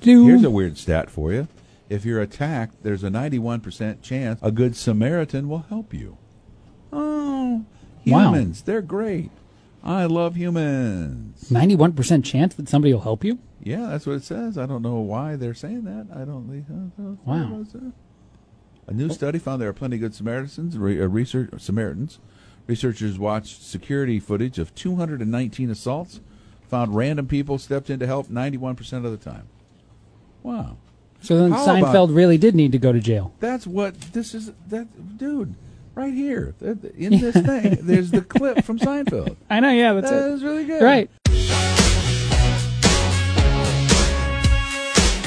do. Here's a weird stat for you. If you're attacked, there's a 91% chance a good Samaritan will help you. Oh, Wow. humans. They're great. I love humans. 91% chance that somebody will help you? Yeah, that's what it says. I don't know why they're saying that. I don't. think- I don't know. Wow. A new study found there are plenty of good Samaritans. Re, uh, research Samaritans. Researchers watched security footage of 219 assaults. Found random people stepped in to help 91% of the time. Wow. So then How about- Seinfeld really did need to go to jail. That's what this is. That dude, right here th- th- in this thing. There's the clip from Seinfeld. I know, yeah, that's That is really good. Right.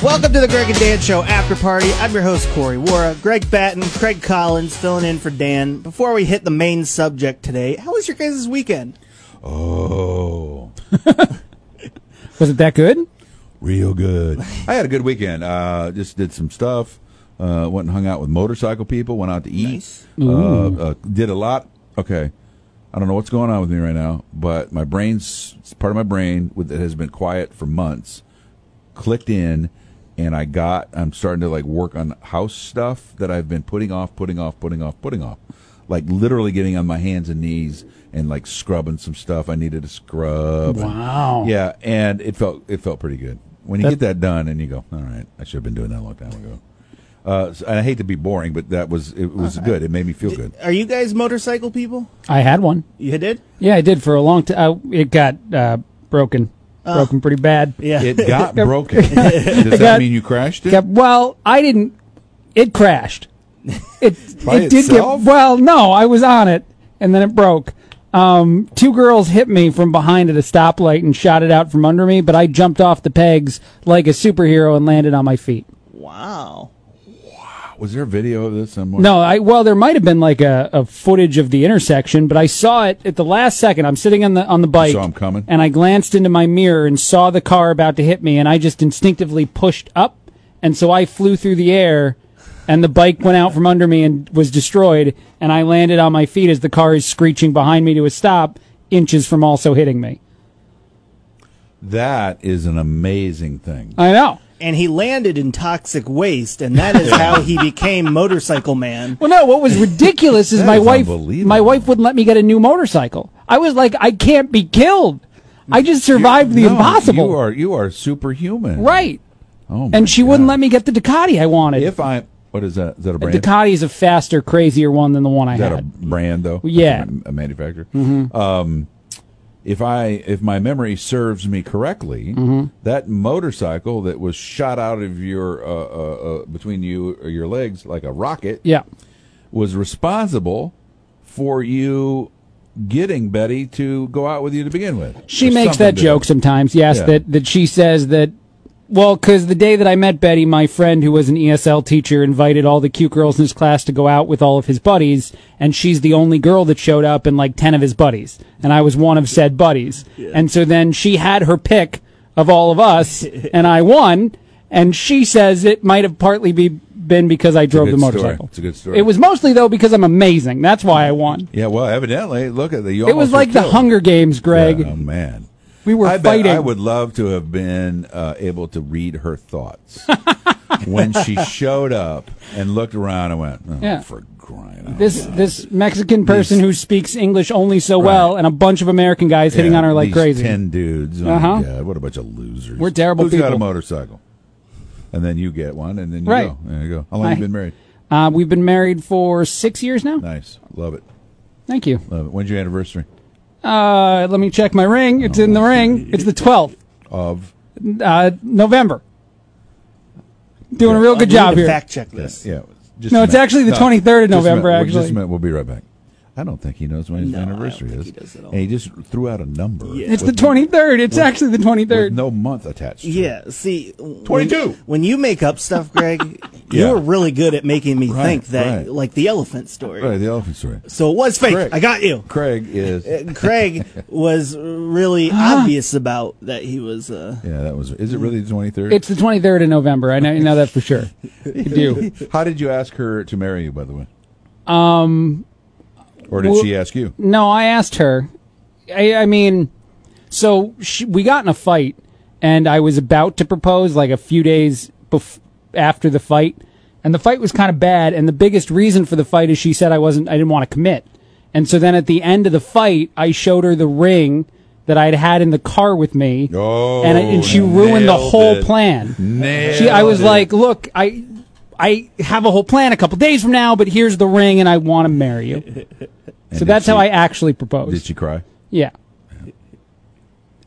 Welcome to the Greg and Dan Show After Party. I'm your host, Corey Wara. Greg Batten, Craig Collins filling in for Dan. Before we hit the main subject today, how was your guys' weekend? Oh. Was it that good? real good. I had a good weekend. Uh, just did some stuff. Uh, went and hung out with motorcycle people. Went out to eat. Nice. Uh, uh, did a lot. Okay, I don't know what's going on with me right now, but my brain's part of my brain with- that has been quiet for months clicked in, and I got. I'm starting to like work on house stuff that I've been putting off, putting off, putting off, putting off. Like literally getting on my hands and knees and like scrubbing some stuff I needed to scrub. and- Wow. yeah, and it felt it felt pretty good when you get that done, and you go, all right, I should have been doing that a long time ago. Uh, so- and I hate to be boring, but that was it was good. It made me feel good. Are you guys motorcycle people? I had one. You did? Yeah, I did for a long time. It got uh, broken. Ah. broken pretty bad. Yeah. It got broken. Does that got- mean you crashed it? Yeah, well, I didn't. It crashed. It By it did itself? get well. No, I was on it, and then it broke. Um, two girls hit me from behind at a stoplight and shot it out from under me, but I jumped off the pegs like a superhero and landed on my feet. wow. Was there a video of this somewhere? No, I well, there might have been like a, a footage of the intersection, but I saw it at the last second. I'm sitting on the on the bike, saw 'em coming? and I glanced into my mirror and saw the car about to hit me, and I just instinctively pushed up, and so I flew through the air, and the bike went out from under me and was destroyed, and I landed on my feet as the car is screeching behind me to a stop, inches from also hitting me. That is an amazing thing. I know. And he landed in toxic waste, and that is how he became motorcycle man. Well, no. What was ridiculous is That my is wife. unbelievable. My wife wouldn't let me get a new motorcycle. I was like, I can't be killed. I just survived the No, impossible. You are you are superhuman. right. Oh, my And she wouldn't God. let me get the Ducati I wanted. If I what is that? Is that a brand? Ducati is a faster, crazier one than the one I Is that a had. brand though? Yeah. Mm-hmm. a manufacturer. Um, if I if my memory serves me correctly, Mm-hmm. that motorcycle that was shot out of your uh, uh, uh, between you or your legs like a rocket yeah. was responsible for you getting Betty to go out with you to begin with. She Or makes something that to- joke sometimes. Yes, Yeah. that that she says that. Well, because the day that I met Betty, my friend who was an ESL teacher invited all the cute girls in his class to go out with all of his buddies, and she's the only girl that showed up and like 10 of his buddies. And I was one of said buddies. And so then she had her pick of all of us, and I won. And she says it might have partly be, been because I drove good the story. motorcycle. It's a good story. It was mostly, though, because I'm amazing. That's why I won. Yeah, well, evidently, look at the. You It was almost were like the killed. Hunger Games, Greg. Oh man, We were I fighting. Bet I would love to have been uh, able to read her thoughts when she showed up and looked around and went, oh, Yeah. "For crying out this loud." this Mexican person who speaks English only so Right. well, and a bunch of American guys hitting Yeah, on her like these crazy. Ten dudes. Oh, Uh-huh. my God, what a bunch of losers. We're terrible Who's got a people. motorcycle? And then you get one, and then you Right. go. There you go. How long I- have you been married? Uh, we've been married for six years now. Nice. Love it. Thank you. Love it. When's your anniversary? Uh, let me check my ring. It's in the Oh, ring. It's the twelfth Of uh, November. Doing a real good I need job to here. Fact check this. yeah. Just No, a it's minute. actually the 23rd of just a minute. November, We'll- Just actually. a minute. We'll be right back. I don't think he knows when his No, I don't anniversary think is. he does at all. And he just threw out a number. Yeah. It's the twenty third. It's actually the twenty with third. no month attached. To it. Yeah, see, when- 22. When, you make up stuff, Greg, Yeah. you were really good at making me Right, think that, right. like the elephant story. Right, the elephant story. So it was fake. Correct. I got you. Craig is. Yeah, Craig was really obvious about that he was. Uh, that was. Is it really the twenty third? It's the twenty third of November. I know, you know that for sure. You do. How did you ask her to marry you, by the way? Um. Or did well- she ask you? No, I asked her. I, I mean, so she, we got in a fight, and I was about to propose like a few days bef- after the fight, and the fight was kind of bad. And the biggest reason for the fight is she said I wasn't, I didn't want to commit. And so then at the end of the fight, I showed her the ring that I'd had in the car with me, Oh, and, I- and she ruined the nailed whole it. plan. Nailed She, I was it. like, look, I. I have a whole plan a couple days from now, but here's the ring, and I want to marry you. And So did that's how she- I actually proposed. Did she cry? Yeah.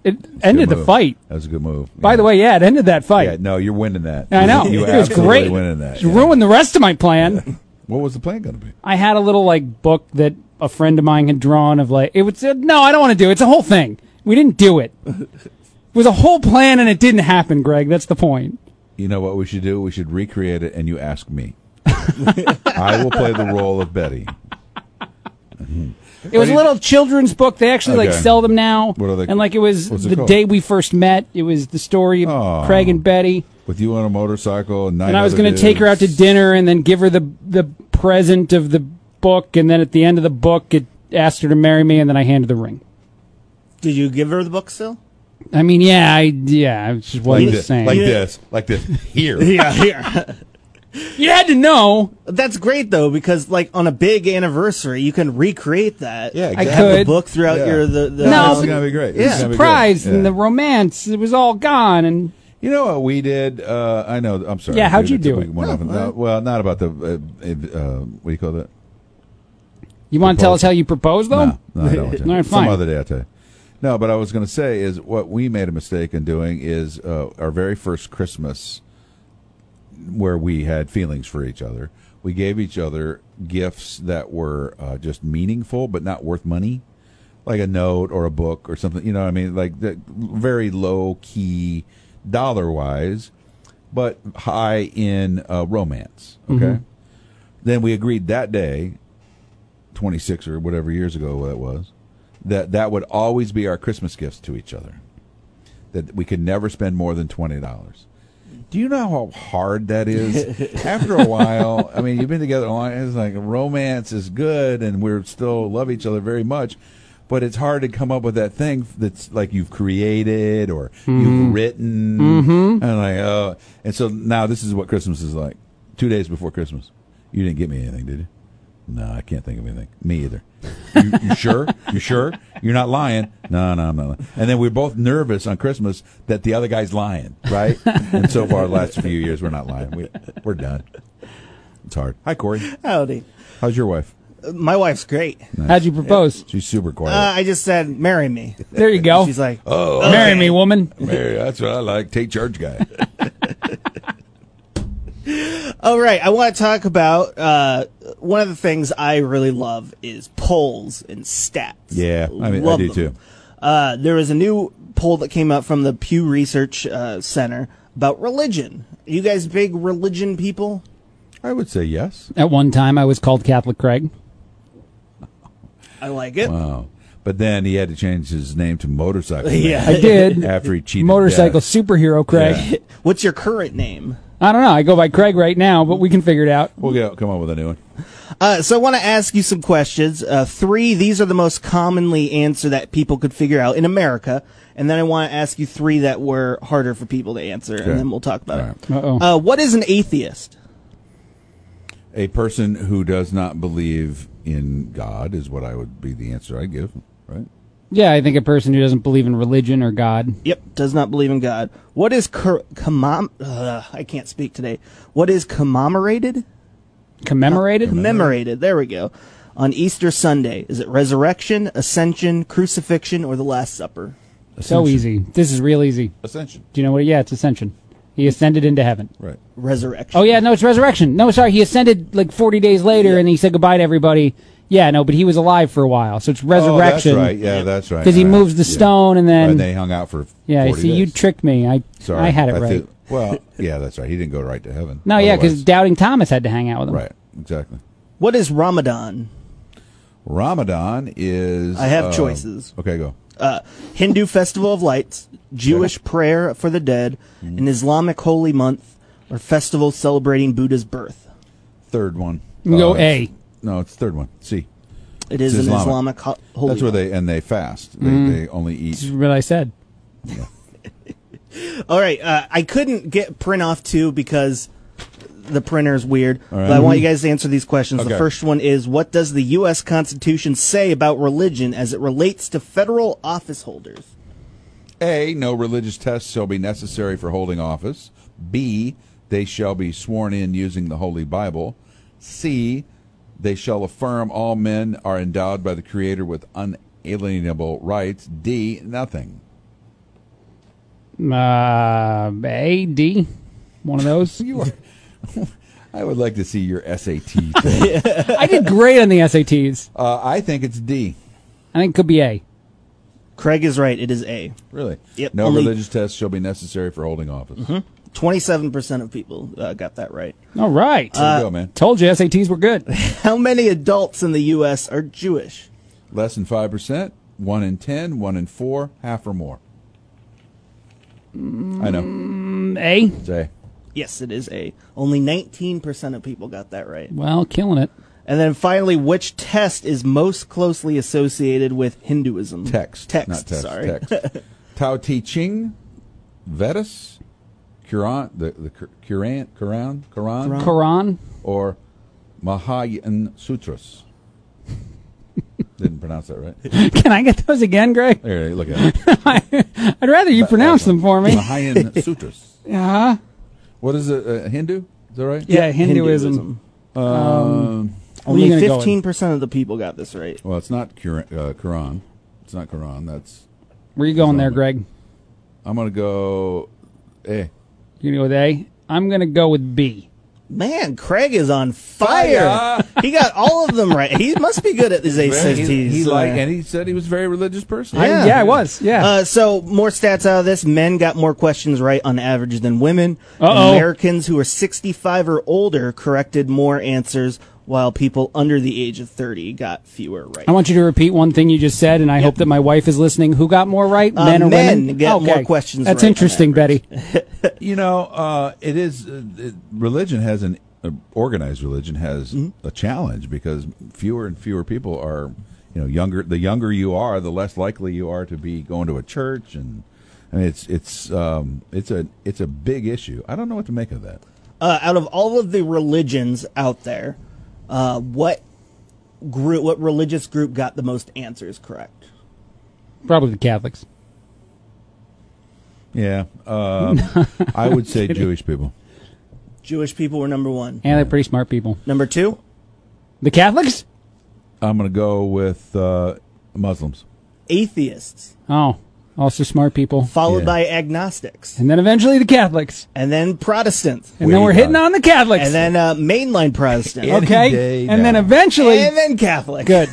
It ended Good the move. fight. That was a good move. By the way, yeah, it ended that yeah, fight. no, you're winning that. I know. You it was absolutely great. Winning that. It yeah. ruined the rest of my plan. What was the plan going to be? I had a little like book that a friend of mine had drawn of like it was uh, no, I don't want to do it. It's a whole thing. We didn't do it. It was a whole plan and it didn't happen, Greg. That's the point. You know what we should do? We should recreate it, and you ask me. I will play the role of Betty. It was a you- little children's book. They actually like Okay. sell them now. What are they- and like it was what's it the called? Oh. day we first met. It was the story of Aw. Craig and Betty. with you on a motorcycle, and, nine and I was other going to take her out to dudes. dinner and then give her the the present of the book, and then at the end of the book, it asked her to marry me, and then I handed the ring. Did you give her the book still? I mean, yeah, I yeah, I just like wasn't this, saying. like Yeah. this, like this. Here, Yeah, here. you had to know. That's great though, because like on a big anniversary, you can recreate that. yeah, I exactly. Have the could. book throughout Yeah. your the, the No, It's but- gonna be great. Yeah. It's gonna be good. Surprise Yeah. and the romance, it was all gone. And You know what we did? Uh, I know. I'm sorry. Yeah, how'd dude, you I do took it? one off and- no, well, not about the. Uh, uh, what do you call that? you want to tell us how you proposed, though? No, no, I don't want to. All right, Some fine. other day, I'll tell you. No, but I was going to say is what we made a mistake in doing is uh, our very first Christmas, where we had feelings for each other. We gave each other gifts that were uh, just meaningful, but not worth money, like a note or a book or something. You know, what I mean, like the very low key, dollar wise, but high in uh, romance. Okay. Mm-hmm. Then we agreed that day 26 or whatever years ago that was, that that would always be our Christmas gifts to each other. That we could never spend more than twenty dollars. Do you know how hard that is? After a while, I mean, you've been together a long. It's like romance is good, and we're still love each other very much, but it's hard to come up with that thing that's like you've created or you've written, and like oh, and so now this is what Christmas is like. Two days before Christmas, you didn't get me anything, did you? No, I can't think of anything. Me either. You, you sure? You sure? You're not lying? No, no, I'm not. Lying. And then we're both nervous on Christmas that the other guy's lying, right? And so far, the last few years, we're not lying. We, we're done. It's hard. Hi, Corey. Howdy. How's your wife? My wife's great. How'd you propose? She's super quiet. Uh, I just said, marry me. There you go. She's like, oh, marry me, woman. Mary, that's what I like. Take charge, guy. All Oh, right, I want to talk about uh, one of the things I really love is polls and stats. Yeah, I mean, I Love do them. too. Uh, there was a new poll that came out from the Pew Research uh, Center about religion. you guys big religion people? I would say yes. At one time, I was called Catholic Craig. I like it. Wow. Oh. But then he had to change his name to Motorcycle. Man Yeah. I did. After he cheated. Motorcycle death. superhero Craig. Yeah. What's your current name? I don't know. I go by Craig right now, but we can figure it out. We'll get, come up with a new one. Uh, so I want to ask you some questions. Uh, three, these are the most commonly answered that people could figure out in America. And then I want to ask you three that were harder for people to answer, Okay. and then we'll talk about All it. right. Uh-oh. Uh, what is an atheist? A person who does not believe in God is what I would be the answer I give, right? Yeah, I think a person who doesn't believe in religion or God. Yep, does not believe in God. What is cur- commom? Uh, I can't speak today. What is commemorated? Commemorated? Commemorated. There we go. On Easter Sunday, is it resurrection, ascension, crucifixion, or the Last Supper? So easy. This is real easy. Ascension, Do you know what? Yeah, it's ascension. He ascended into heaven. right? Resurrection. Oh yeah, no, it's resurrection. No, sorry, he ascended like 40 days later and he said goodbye to everybody. Yeah, no, but he was alive for a while, so it's resurrection. Oh, that's right. Yeah, that's right. Because he Yeah. moves the Yeah. stone and then and they hung out for yeah. You 40 see, you days. tricked me. I Sorry, I had it right. thi- well, yeah, that's right. He didn't go right to heaven. no, yeah, because Otherwise- doubting Thomas had to hang out with him. right, exactly. What is Ramadan? Ramadan is. I have um, choices. Okay, go. Uh, Hindu festival of lights, Jewish prayer for the dead, an Islamic holy month, or festival celebrating Buddha's birth. Third one. Go Uh, A. it's- No, it's third one. C. It is It's an Islamic. Islamic ho- holy. That's where month. Mm. they and they fast. They, they only eat. That's what I said. All right, uh, I couldn't get print off two because the printer is weird. right. Mm-hmm. But I want you guys to answer these questions. Okay. The first one is: What does the U.S. Constitution say about religion as it relates to federal office holders? A. No religious tests shall be necessary for holding office. B. They shall be sworn in using the Holy Bible. C. They shall affirm all men are endowed by the Creator with unalienable rights. D. Nothing. Uh, A D, one of those. You are. I would like to see your SAT. Thing. I did great on the SATs. Uh, I think it's D. I think it could be A. Craig is right. It is A. Really? Yep, No only- Mm-hmm. religious tests shall be necessary for holding office. There Twenty-seven percent of people uh, got that right. All right. Uh, you go, man. Told you SATs were good. How many adults in the U.S. are Jewish? Less than five percent. One in ten. One in four. Half or more. Mm, I know. A. It's A. Yes, it is A. Only 19% of people got that right. Well, killing it. And then finally, which test is most closely associated with Hinduism? Text. Text, Not test. sorry. Text. Tao Te Ching, Vedas, Quran, the, the Qu- Quran, Quran, Quran, Quran. or Mahayan Sutras. Didn't pronounce that right. Can I get those again, Greg? There, look at it. I'd rather you uh, pronounce them for me. Mahayan Sutras. Uh-huh. What is it? Uh, Hindu? Is that right? Yeah, Hinduism. Um, What are Only you gonna go with? 15% of the people got this right. well, it's not Quran, uh, Quran. It's not Quran. That's. Where you going there, Greg? I'm going to go. Eh. You gonna go with A? I'm gonna go with B. Man, Craig is on fire. Fire! he got all of them right. He must be good at these ACTs. He, he uh, liked, and he said he was a very religious person. I- Yeah. yeah, I was. Yeah. Uh, so more stats out of this: men got more questions right on average than women. Uh-oh. Americans who are 65 or older corrected more answers, while people under the age of 30 got fewer right. I want you to repeat one thing you just said, and I hope that my wife is listening. Who got more right, men or Uh, men women? get more questions That's right on interesting, Betty. You know, uh, it is uh, it, religion has an uh, organized religion has Mm-hmm. a challenge because fewer and fewer people are, you know, younger. The younger you are, the less likely you are to be going to a church, and I mean, it's it's um, it's a it's a big issue. I don't know what to make of that. Uh, out of all of the religions out there, uh, what group, what religious group got the most answers correct? Probably the Catholics. Yeah, um, I would say Jewish people. Jewish people were number one. And they're pretty smart people. Number two, The Catholics? I'm going to go with uh, Muslims. atheists, Oh, also smart people. followed Yeah. by agnostics, And then eventually the Catholics. and then Protestants, And then Way we're hitting down. on the Catholics. and then uh, mainline Protestants. Any okay. day And then now. eventually. and then Catholic. good.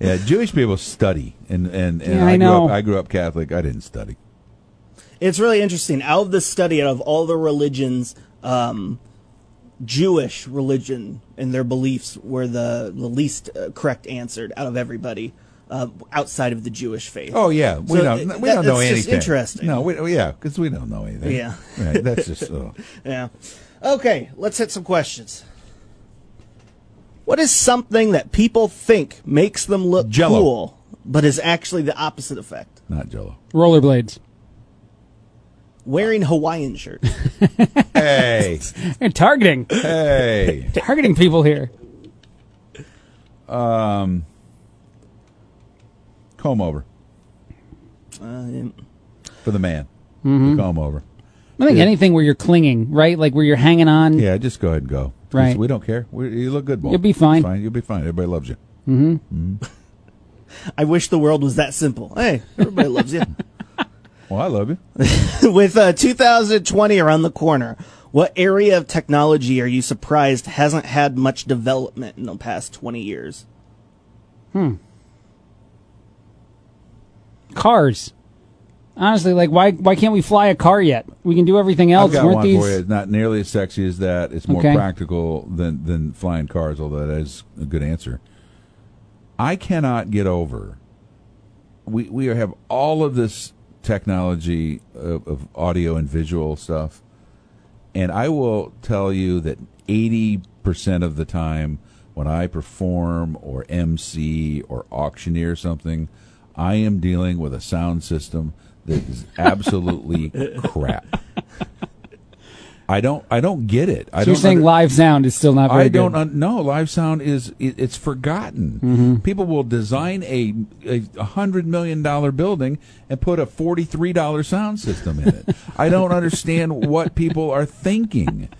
Yeah, Jewish people study, and and, and Yeah, I I, know. Grew up, I grew up Catholic. I didn't study. It's really interesting. Out of the study of all the religions, um, Jewish religion and their beliefs were the, the least uh, correct answered out of everybody uh, outside of the Jewish faith. Oh yeah, we So don't th- we that- don't know that's anything. just interesting. No, we, yeah, because we don't know anything. Yeah. right, that's just uh, Yeah. Okay, let's hit some questions. What is something that people think makes them look Jell-O. cool, but is actually the opposite effect? not Jello. Rollerblades. Wearing Hawaiian shirts. Hey, They're targeting. hey, targeting people here. comb over uh, for the man. Mm-hmm. The comb over. I think anything where you're clinging, right? Like where you're hanging on. Yeah, just go ahead and go. Just- Right. we don't care. We, you look good, Bob. You'll be fine. It's You'll be fine. Everybody loves you. I wish the world was that simple. Hey, everybody loves you. Well, I love you. With uh, 2020 around the corner, what area of technology are you surprised hasn't had much development in the past 20 years? Cars. Honestly, like why why can't we fly a car yet? We can do everything I've else. got Weren't one these for you. It's not nearly as sexy as that. It's more Okay. practical than than flying cars. Although that is a good answer. I cannot get over. We we have all of this technology of, of audio and visual stuff, and I will tell you that eighty percent of the time when I perform or MC or auctioneer something, I am dealing with a sound system that is absolutely crap. I don't. I don't get it. I So you're don't saying under- live sound is still not very I don't good. Mm-hmm. un- know. Live sound is it, it's forgotten. People will design a a hundred million dollar building and put a forty three dollar sound system in it. I don't understand what people are thinking.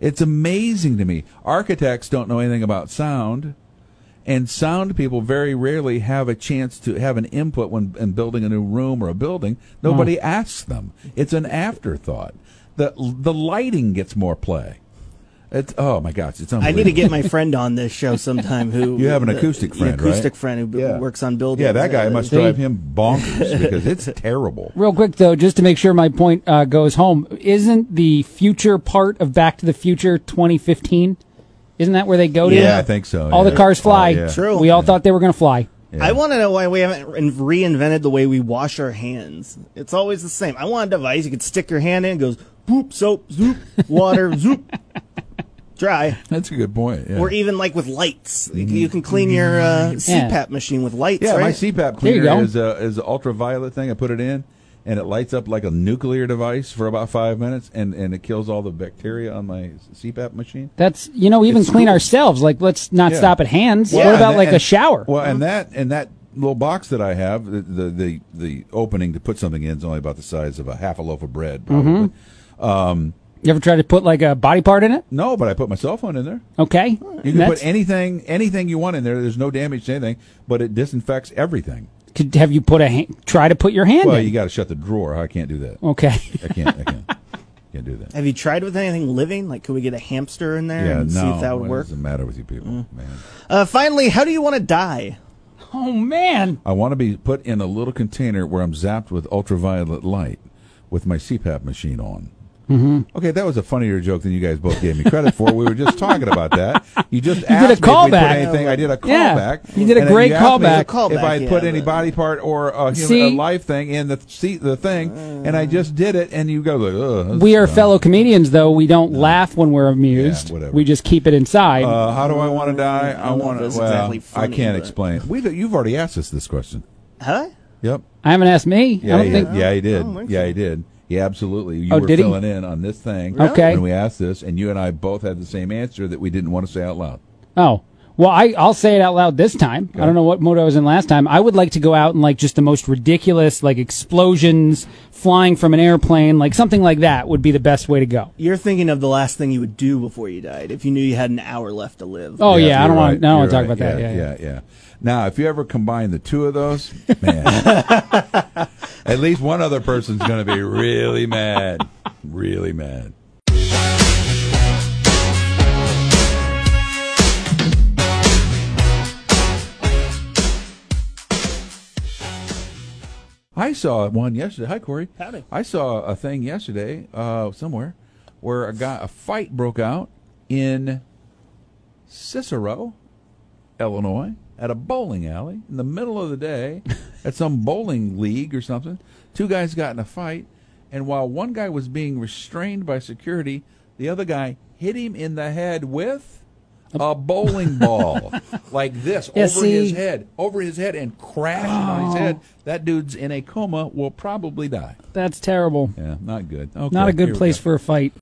It's amazing to me. Architects don't know anything about sound, and sound people very rarely have a chance to have an input when in building a new room or a building. Nobody asks them. It's an afterthought. The the lighting gets more play. It's oh my gosh, it's I unbelievable. need to get my friend on this show sometime. Who You have an the- acoustic the friend, right? acoustic friend who b- Yeah. works on buildings. Yeah, that guy must They- drive him bonkers because it's terrible. Real quick though, just to make sure my point uh, goes home, isn't the future part of Back to the Future 2015? Isn't that where they go to? Yeah, I think so. All the yeah. cars fly. Oh, yeah. True. We all thought they were going to fly. Yeah. I want to know why we haven't re- reinvented the way we wash our hands. It's always the same. I want a device you could stick your hand in, it goes boop, soap, zoop, water, zoop, dry. That's a good point. Yeah, Or even like with lights, you, can- you can clean your uh, Yeah. CPAP machine with lights. yeah right? my CPAP There you cleaner go. is a is an ultraviolet thing. I put it in, and it lights up like a nuclear device for about five minutes, and and it kills all the bacteria on my CPAP machine. That's you know even It's clean cool. ourselves. Like let's not Yeah. stop at hands. Well, what and about that- like a and- shower? Well, and that and that little box that I have, the the the, the opening to put something in is only about the size of a half a loaf of bread, probably. Mm-hmm. you ever try to put like a body part in it? No, but I put my cell phone in there. Okay. You can That's- put anything, anything you want in there. There's no damage to anything, but it disinfects everything. could, have you put a ha- try to put your hand Well, in? you got to shut the drawer. I can't do that. okay. I can't. I can't. can't do that. Have you tried with anything living? Like, could we get a hamster in there Yeah, and no. see if that would what work? does the matter with you people, man? Uh, finally, how do you want to die? Oh man. I want to be put in a little container where I'm zapped with ultraviolet light with my CPAP machine on. Mm-hmm. Okay, that was a funnier joke than you guys both gave me credit for. We were just talking about that. You just asked a me if we put callback. anything. I did a Yeah, callback. you did a And then great you asked me callback. If, if I Callback, put yeah, any but- body part or a, human, a See? life thing in the seat, the thing, and I just did it, and you go like, Ugh, that's We are dumb. fellow comedians, though we don't laugh when we're amused. whatever. we just keep it inside. Uh, how do I want to die? Mm, I I, don't know want if to. it's Well, exactly I funny, can't but- explain. We you've already asked us this question. Huh? Yep. I haven't asked me. I Yeah, don't he, think. yeah, he did. don't think Yeah, so. he did. Yeah, absolutely. You Oh, were did he? filling in on this thing Okay. when we asked this, and you and I both had the same answer that we didn't want to say out loud. Oh. Well, I, I'll say it out loud this time. I don't know what mode I was in last time. I would like to go out and like just the most ridiculous, like explosions flying from an airplane, like something like that would be the best way to go. You're thinking of the last thing you would do before you died if you knew you had an hour left to live. Oh yeah, I you're don't right. want. I don't want to You're talk about right. that. Yeah, yeah. yeah, yeah. Now, if you ever combine the two of those, man, at least one other person's going to be really mad, really mad. I saw one yesterday. Hi, Corey. Howdy. I saw a thing yesterday uh, somewhere where a guy a fight broke out in Cicero, Illinois, at a bowling alley in the middle of the day at some bowling league or something. Two guys got in a fight, and while one guy was being restrained by security, the other guy hit him in the head with a bowling ball like this Yeah, over his see- Oh. head, over his head, and crashing on his head. That dude's in a coma, will probably die. That's terrible. Yeah, not good. Okay, Not a here good we place go. for a fight.